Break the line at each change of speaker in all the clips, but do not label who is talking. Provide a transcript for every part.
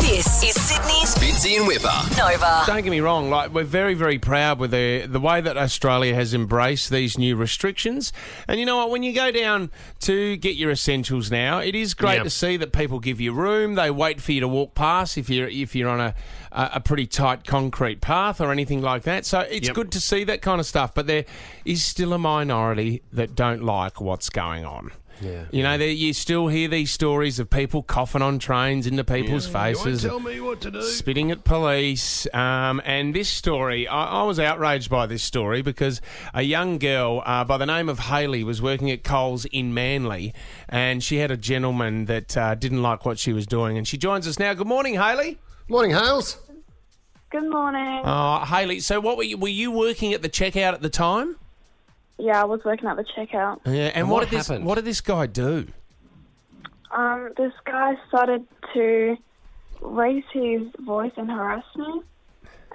This is Sydney's
Bitsy and Whipper.
Nova.
Don't get me wrong, like we're very, very proud with the the way that Australia has embraced these new restrictions. And you know what? When you go down to get your essentials now, it is great
Yeah.
to see that people give you room. They wait for you to walk past if you're if you're on a a a pretty tight concrete path or anything like that. So it's
Yep.
good to see that kind of stuff. But there is still a minority that don't like what's going on. Yeah. You know, there, you still hear these stories of people coughing on trains into people's faces
me what to do.
spitting at police. Um, and this story, I, I was outraged by this story because a young girl uh, by the name of Haley was working at Coles in Manly, and she had a gentleman that uh, didn't like what she was doing, and she joins us now. Good morning, Haley.
Morning, Hales.
Good morning.
Uh, Haley, so what were you, were you working at the checkout at the time?
yeah, I was working at the checkout.
Yeah, Uh, and,
what
did this
happened?
what did this guy do?
Um, this guy started to raise his voice and harass me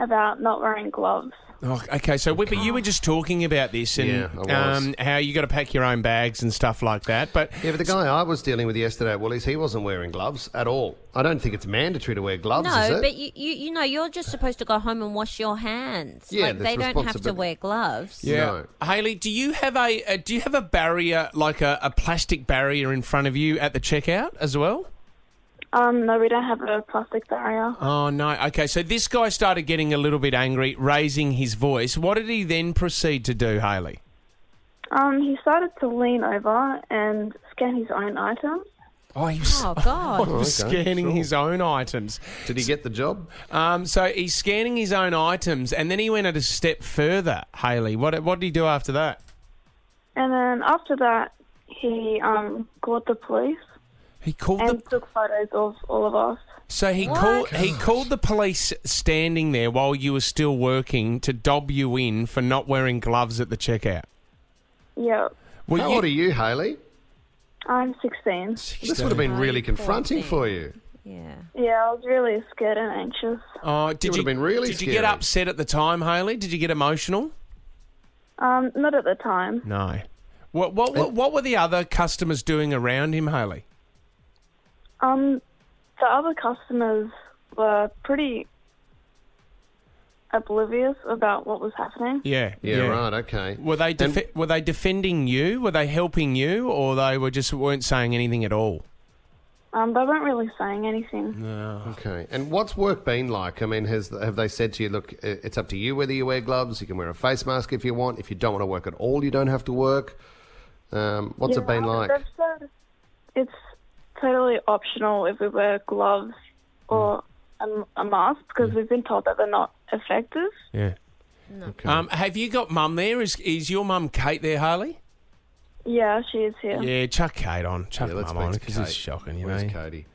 about not wearing gloves.
Oh, okay, so Whipper, you were just talking about this and
Yeah, I was.
Um, how you got to pack your own bags and stuff like that, but
Yeah, but the guy I was dealing with yesterday at Woolies, he wasn't wearing gloves at all. I don't think it's mandatory to wear gloves, is
No,
it?
but you, you you know you're just supposed to go home and wash your hands.
Yeah,
like
that's
they don't have to
responsibility.
wear gloves.
Yeah, Haley, do you have a, a do you have a barrier like a, a plastic barrier in front of you at the checkout as well?
Um, no, we don't have a plastic barrier.
Oh no. Okay, so this guy started getting a little bit angry, raising his voice. What did he then proceed to do, Haley?
Um, he started to lean over and scan his own items.
Oh, he was,
Oh God.
he was
okay,
scanning
sure.
his own items.
Did he get the job?
Um, so he's scanning his own items, and then he went at a step further. Haley, what what did he do after that?
And then after that, he um, called the police
He called
and
the
took photos of all of us.
So he called he called the police standing there while you were still working to dob you in for not wearing gloves at the checkout.
Yeah,
Were
How
you-
old are you, Haley?
I'm 16.
This would have been really confronting
Fourteen.
for you.
Yeah.
Yeah, I was really scared and anxious.
Oh, did
It would
you
have been really
Did you get
scary.
upset at the time, Haley? Did you get emotional?
Um, not at the time.
No. What what what, what were the other customers doing around him, Haley?
Um, the other customers were pretty oblivious about what was happening.
Yeah.
Yeah, right, okay.
Were they
And-
def- were they defending you? Were they helping you, or they were just weren't saying anything at all?
Um, they weren't really saying anything.
Okay. And what's work been like? I mean, has have they said to you, look, i- it's up to you whether you wear gloves. You can wear a face mask if you want. If you don't want to work at all, you don't have to work. Um, what's it been
Yeah,
like?
they've said it's totally optional if we wear gloves
Mm.
or a, a mask because we've been told that they're not effective.
Yeah.
Okay.
Um, have you got mum there? Is is your mum Kate there, Harley?
Yeah, she is here.
Yeah, chuck Kate on. Chuck
Yeah,
mum
let's
on
meet
because
Kate.
it's shocking, you
Where's
know.
Cody?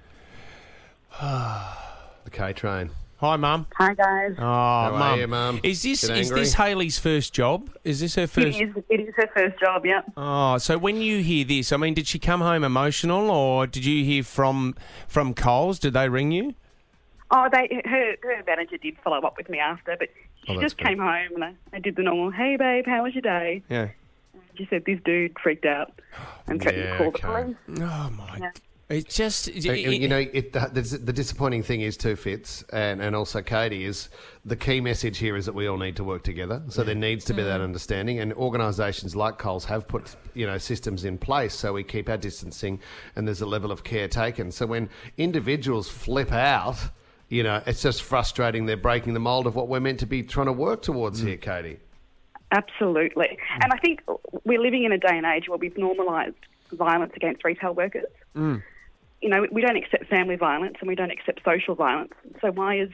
the K train.
Hi, mum.
Hi guys.
Oh,
are
mum.
you, Mum?
Is this
Bit
is
angry?
this Haley's first job? Is this her
It
first?
is, it is her first job, yeah.
Oh, so when you hear this, I mean, did she come home emotional, or did you hear from from Coles? Did they ring you?
Oh, they her, her manager did follow up with me after, but she
Oh, that's
just
good.
came home and I, I did the normal, hey babe, how was your day?
Yeah.
She said this dude freaked out and threatened
Yeah,
to call
okay.
the police.
Oh my. It's just
Uh, you know, it, the, the, the disappointing thing is too Fitz and, and also Katie is the key message here is that we all need to work together. So there needs to be that understanding, and organisations like Coles have put you know systems in place so we keep our distancing and there's a level of care taken. So when individuals flip out. You know, it's just frustrating. They're breaking the mold of what we're meant to be trying to work towards here, Katie.
Absolutely.
Hmm.
And I think we're living in a day and age where we've normalised violence against retail workers.
Hmm.
You know, we don't accept family violence and we don't accept social violence. So why is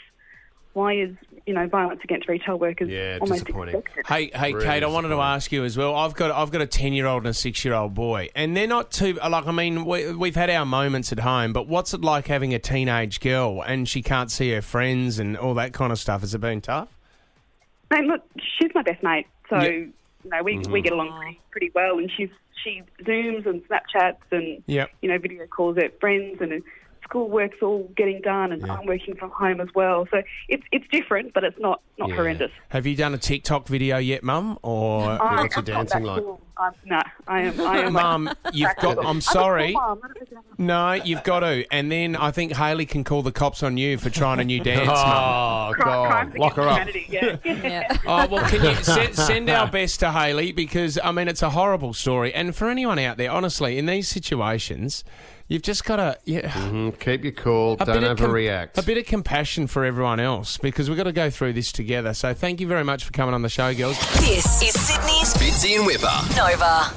why is you know violence against retail workers
Yeah,
almost
disappointing.
expected?
Hey, hey,
Really
Kate! I wanted to
disappointing.
ask you as well. I've got I've got a ten year old and a six year old boy, and they're not too like. I mean, we, we've had our moments at home, but what's it like having a teenage girl and she can't see her friends and all that kind of stuff? Has it been tough?
Mate, look, she's my best mate, so
Yeah.
you know we we get along pretty, pretty well, and she's she zooms and Snapchats and
Yep.
you know video calls at friends, and it's schoolwork's all getting done, and I'm working from home as well. So it's it's different, but it's not not
Yeah.
horrendous.
Have you done a TikTok video yet, Mum? Or
I-
what's your
I'm not
dancing
that
like?
cool. I'm, no, I am. I am. Oh,
Mum, you've got. I'm sorry. No, you've got to. And then I think Haley can call the cops on you for trying a new dance, Mum.
Oh,
Crime,
God. Lock her up.
Yeah.
Yeah.
Oh well, can you send, send our best to Haley because I mean it's a horrible story, and for anyone out there, honestly, in these situations, you've just got to yeah,
Mm, Keep your cool.
a
Don't
bit of com-
overreact.
a bit of compassion for everyone else because we've got to go through this together. So thank you very much for coming on the show, girls.
This is Sydney's
Fitzy and Whipper.
Nova.